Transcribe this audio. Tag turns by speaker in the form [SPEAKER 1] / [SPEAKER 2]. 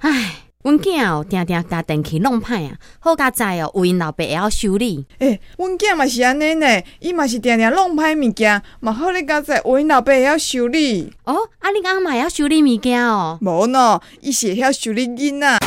[SPEAKER 1] 唉，阮囝哦，定定甲电器弄歹啊，好佳在哦，有因老爸会晓修理。
[SPEAKER 2] 诶、阮囝嘛是安尼呢，伊嘛是定定弄歹物件，嘛好你敢知，有因老爸会晓修理，
[SPEAKER 1] 哦，啊，恁翁嘛会晓修理物件哦。
[SPEAKER 2] 无喏，伊是会晓修理囡仔。